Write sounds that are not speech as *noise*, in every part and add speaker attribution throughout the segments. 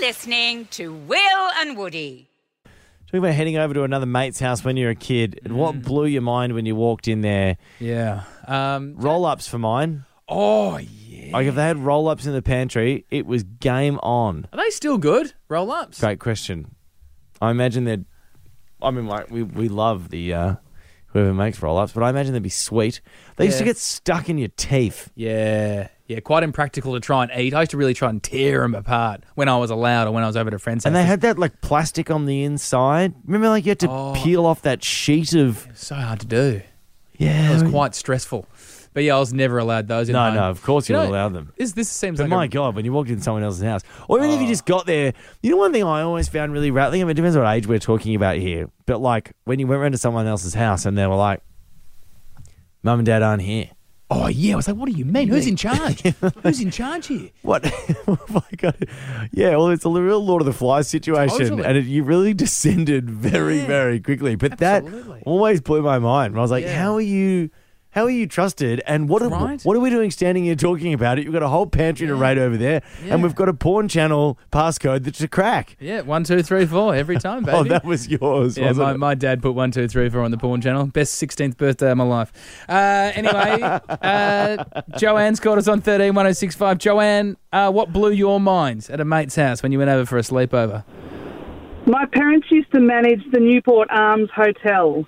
Speaker 1: listening to Will and Woody.
Speaker 2: Talking about heading over to another mate's house when you were a kid.
Speaker 3: Mm.
Speaker 2: What blew your mind when you walked in there?
Speaker 3: Yeah. Um,
Speaker 2: Roll ups for mine.
Speaker 3: oh, yeah.
Speaker 2: Like if they had roll ups in the pantry, it was game on.
Speaker 3: Are they still good? Roll ups.
Speaker 2: Great question. I imagine they'd. I mean, like we we love the uh, whoever makes roll ups, but I imagine they'd be sweet. They used to
Speaker 3: Yeah.
Speaker 2: get stuck in your teeth.
Speaker 3: Yeah. Yeah. Quite impractical to try and eat. I used to really try and tear them apart when I was allowed or when I was over to friends'
Speaker 2: And they
Speaker 3: houses.
Speaker 2: had that like plastic on the inside. Remember, like you had to
Speaker 3: Oh.
Speaker 2: peel off that sheet of
Speaker 3: so hard to do.
Speaker 2: Oh, yeah.
Speaker 3: It was quite stresseful. But yeah, I was never allowed those. In
Speaker 2: No,
Speaker 3: home.
Speaker 2: no, of course you
Speaker 3: know,
Speaker 2: would allow them.
Speaker 3: This, this seems
Speaker 2: But
Speaker 3: like
Speaker 2: my
Speaker 3: a, Oh.
Speaker 2: God, when you walked in someone else's house, or even if you just got there, you know, one thing I always found really rattling, I mean, it depends what age we're talking about here, but like when you went round to someone else's house and they were like, Mum and Dad aren't here.
Speaker 3: Oh yeah, I was like, what do you mean? Who's
Speaker 2: *laughs*
Speaker 3: in charge? Who's in charge here?
Speaker 2: What? *laughs* oh my God. Yeah, well, it's a real Lord of the Flies situation,
Speaker 3: Totally.
Speaker 2: and it, you really *laughs* descended very,
Speaker 3: Yeah.
Speaker 2: very quickly. But
Speaker 3: Absolutely.
Speaker 2: that always blew my mind. I was like,
Speaker 3: Yeah.
Speaker 2: how are you? How are you trusted? And what are,
Speaker 3: Right.
Speaker 2: what are we doing standing here talking about it? You've got a whole pantry to raid over there, and we've got a porn channel passcode that's a crack.
Speaker 3: Yeah, one, two, three, four every time,
Speaker 2: *laughs*
Speaker 3: baby.
Speaker 2: Oh, that was yours,
Speaker 3: yeah,
Speaker 2: wasn't
Speaker 3: my,
Speaker 2: it?
Speaker 3: my dad put one, two, three, four on the porn channel. Best sixteenth birthday of my life. Uh, *laughs* anyway, uh, Joanne's called us on thirteen one zero six five. Joanne, uh, what blew your mind at a mate's house when you went over for a sleepover?
Speaker 4: My parents used to manage the Newport Arms Hotel.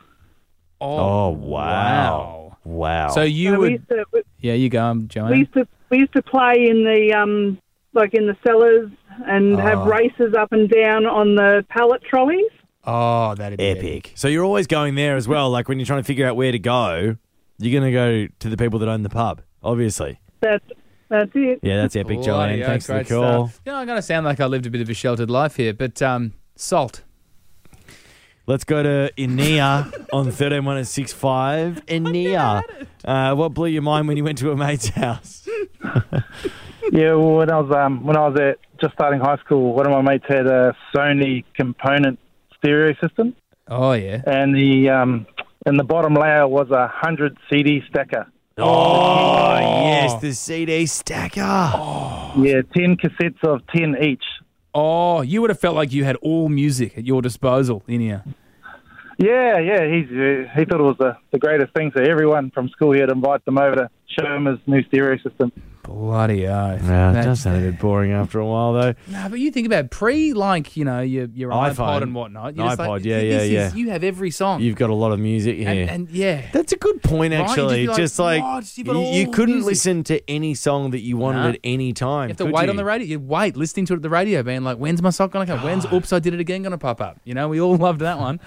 Speaker 2: oh, wow. Wow.
Speaker 3: So you
Speaker 4: So we,
Speaker 3: would,
Speaker 4: used to, we,
Speaker 3: yeah, you go, um,
Speaker 4: we
Speaker 3: Joanne.
Speaker 4: used to we used to play in the um, like in the cellars and
Speaker 3: Ah.
Speaker 4: have races up and down on the pallet trolleys.
Speaker 3: Oh, that'd be
Speaker 2: Epic. So you're always going there as well. Like when you're trying to figure out where to go, you're going to go to the people that own the pub, obviously.
Speaker 4: That that's it.
Speaker 2: Yeah, that's epic,
Speaker 3: Bloody
Speaker 2: Joanne.
Speaker 3: hell,
Speaker 2: Thanks for the
Speaker 3: great
Speaker 2: call.
Speaker 3: stuff. You know, I'm going to sound like I lived a bit of a sheltered life here, but um, salt.
Speaker 2: Let's go to
Speaker 3: *laughs*
Speaker 2: Inia on 131065. Inia, uh, what blew your mind when you went to a mate's house?
Speaker 5: Yeah, well, when I was um, when I was at just starting high school, one of my mates had a Sony component stereo system,
Speaker 3: Oh yeah.
Speaker 5: and the um, and the bottom layer was a hundred CD stacker.
Speaker 2: Oh,
Speaker 3: Oh.
Speaker 2: yes, the CD stacker.
Speaker 5: Yeah, ten cassettes of ten each.
Speaker 3: Oh, you would have felt like you had all music at your disposal in here.
Speaker 5: Yeah, yeah, he's uh, he thought it was the, the greatest thing. So everyone from school here would invite them over to show him his new stereo system.
Speaker 3: Bloody oath.
Speaker 2: Yeah, it
Speaker 3: That-
Speaker 2: does sound a bit boring after a while, though.
Speaker 3: Nah, but you think about it, pre, like you know your your
Speaker 2: iPhone.
Speaker 3: iPod, and whatnot. You're just
Speaker 2: iPod,
Speaker 3: like,
Speaker 2: yeah,
Speaker 3: this
Speaker 2: yeah,
Speaker 3: Is,
Speaker 2: yeah.
Speaker 3: you have every song.
Speaker 2: You've got a lot of music here.
Speaker 3: and, and yeah,
Speaker 2: That's a good point,
Speaker 3: Right? You'd
Speaker 2: actually.
Speaker 3: just be
Speaker 2: Just
Speaker 3: like,
Speaker 2: like,
Speaker 3: "What? You've got
Speaker 2: you, you
Speaker 3: all
Speaker 2: couldn't
Speaker 3: music."
Speaker 2: listen to any song that you wanted
Speaker 3: Nah.
Speaker 2: at any time.
Speaker 3: you have to
Speaker 2: could
Speaker 3: wait
Speaker 2: you?
Speaker 3: on the radio. You wait listening to it at the radio, being like, "When's my sock gonna
Speaker 2: *sighs*
Speaker 3: come? When's Oops I Did It Again gonna pop up?" You know, we all *laughs* loved that one.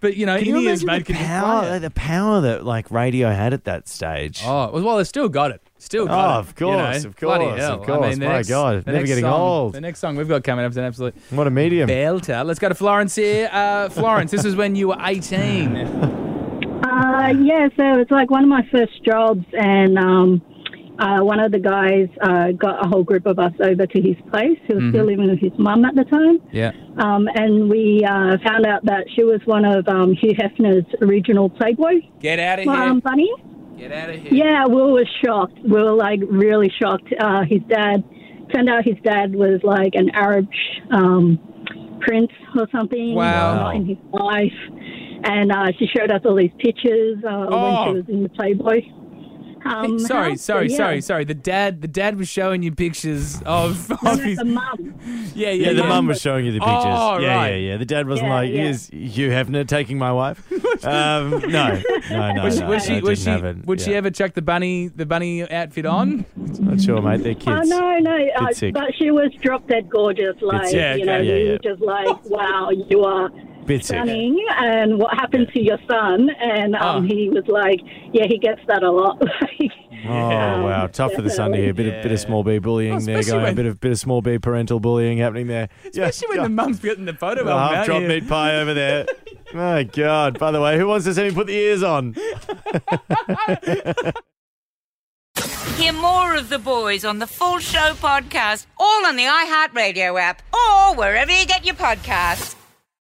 Speaker 3: But you know,
Speaker 2: Can you
Speaker 3: in ears,
Speaker 2: imagine
Speaker 3: mate,
Speaker 2: the
Speaker 3: can you play
Speaker 2: power,
Speaker 3: it?
Speaker 2: like, the power that like radio had at that stage?
Speaker 3: Oh, well, well, they still got it. Still got
Speaker 2: Oh,
Speaker 3: it.
Speaker 2: of course,
Speaker 3: you know.
Speaker 2: of course,
Speaker 3: Bloody hell.
Speaker 2: of course.
Speaker 3: I mean, the
Speaker 2: My
Speaker 3: next-
Speaker 2: God,
Speaker 3: the
Speaker 2: never
Speaker 3: next
Speaker 2: getting
Speaker 3: song-
Speaker 2: old.
Speaker 3: The next song we've got coming up is an absolute
Speaker 2: What a medium!
Speaker 3: belter. Let's go to Florence here. Uh, Florence, this was when you were 18.
Speaker 2: *laughs*
Speaker 6: Uh, yeah, so it's like one of my first jobs, and um, uh, one of the guys uh, got a whole group of us over to his place. He was still
Speaker 3: Mm-hmm.
Speaker 6: living with his mum at the time,
Speaker 3: Yeah.
Speaker 6: um, and we uh, found out that she was one of um, Hugh Hefner's original Playboy
Speaker 3: Get out of here.
Speaker 6: um, bunny.
Speaker 3: Get out of here.
Speaker 6: Yeah, Will was shocked. We were like really shocked. Uh, his dad turned out his dad was like an Arab um, prince or something.
Speaker 3: Wow.
Speaker 6: Not in his life. And uh, she showed us all these pictures uh,
Speaker 3: Oh.
Speaker 6: when she was in the Playboy. Um,
Speaker 3: sorry,
Speaker 6: house,
Speaker 3: sorry,
Speaker 6: yeah.
Speaker 3: sorry, sorry. The dad, the dad was showing you pictures of,
Speaker 6: No,
Speaker 3: of
Speaker 6: no,
Speaker 3: his.
Speaker 6: *laughs* the mum.
Speaker 3: Yeah, yeah,
Speaker 2: Yeah, the
Speaker 3: yeah.
Speaker 2: mum was showing you the pictures.
Speaker 3: Oh,
Speaker 2: yeah,
Speaker 3: right.
Speaker 2: yeah, yeah. The dad wasn't
Speaker 6: Yeah,
Speaker 2: like,
Speaker 6: yeah.
Speaker 2: "Here's Hugh Hefner taking my
Speaker 3: *laughs*
Speaker 2: wife." um, no, no, no.
Speaker 3: Was she,
Speaker 2: no,
Speaker 3: was she,
Speaker 2: that didn't
Speaker 3: was she,
Speaker 2: happen.
Speaker 3: would she
Speaker 2: Yeah.
Speaker 3: ever chuck the bunny, the bunny
Speaker 2: *laughs*
Speaker 3: outfit on?
Speaker 2: Not sure, mate. They're
Speaker 6: Oh,
Speaker 2: kids.
Speaker 6: no, no. Uh,
Speaker 2: Bit sick.
Speaker 6: but she was drop dead gorgeous. Like,
Speaker 3: yeah,
Speaker 6: you know,
Speaker 3: okay.
Speaker 2: Yeah,
Speaker 6: we
Speaker 2: yeah.
Speaker 6: were just like, wow, you are
Speaker 2: Bit sick.
Speaker 6: stunning and what happened to your son and um,
Speaker 3: Ah.
Speaker 6: he was like yeah he gets that a lot *laughs* Like,
Speaker 2: Oh
Speaker 6: um,
Speaker 2: wow, tough for the son to hear. Bit of bit of small b bullying
Speaker 3: Oh,
Speaker 2: there,
Speaker 3: especially
Speaker 2: going a
Speaker 3: when-
Speaker 2: bit of bit of small b parental bullying happening there. Yeah,
Speaker 3: Especially when
Speaker 2: God.
Speaker 3: the mum's getting the photo
Speaker 2: The
Speaker 3: album
Speaker 2: half
Speaker 3: out
Speaker 2: drop
Speaker 3: here.
Speaker 2: meat pie over
Speaker 3: *laughs*
Speaker 2: there. My God! By the way, who wants to see me put the ears on?
Speaker 1: Hear more of the boys on the Full Show podcast, all on the iHeartRadio app or wherever you get your podcasts.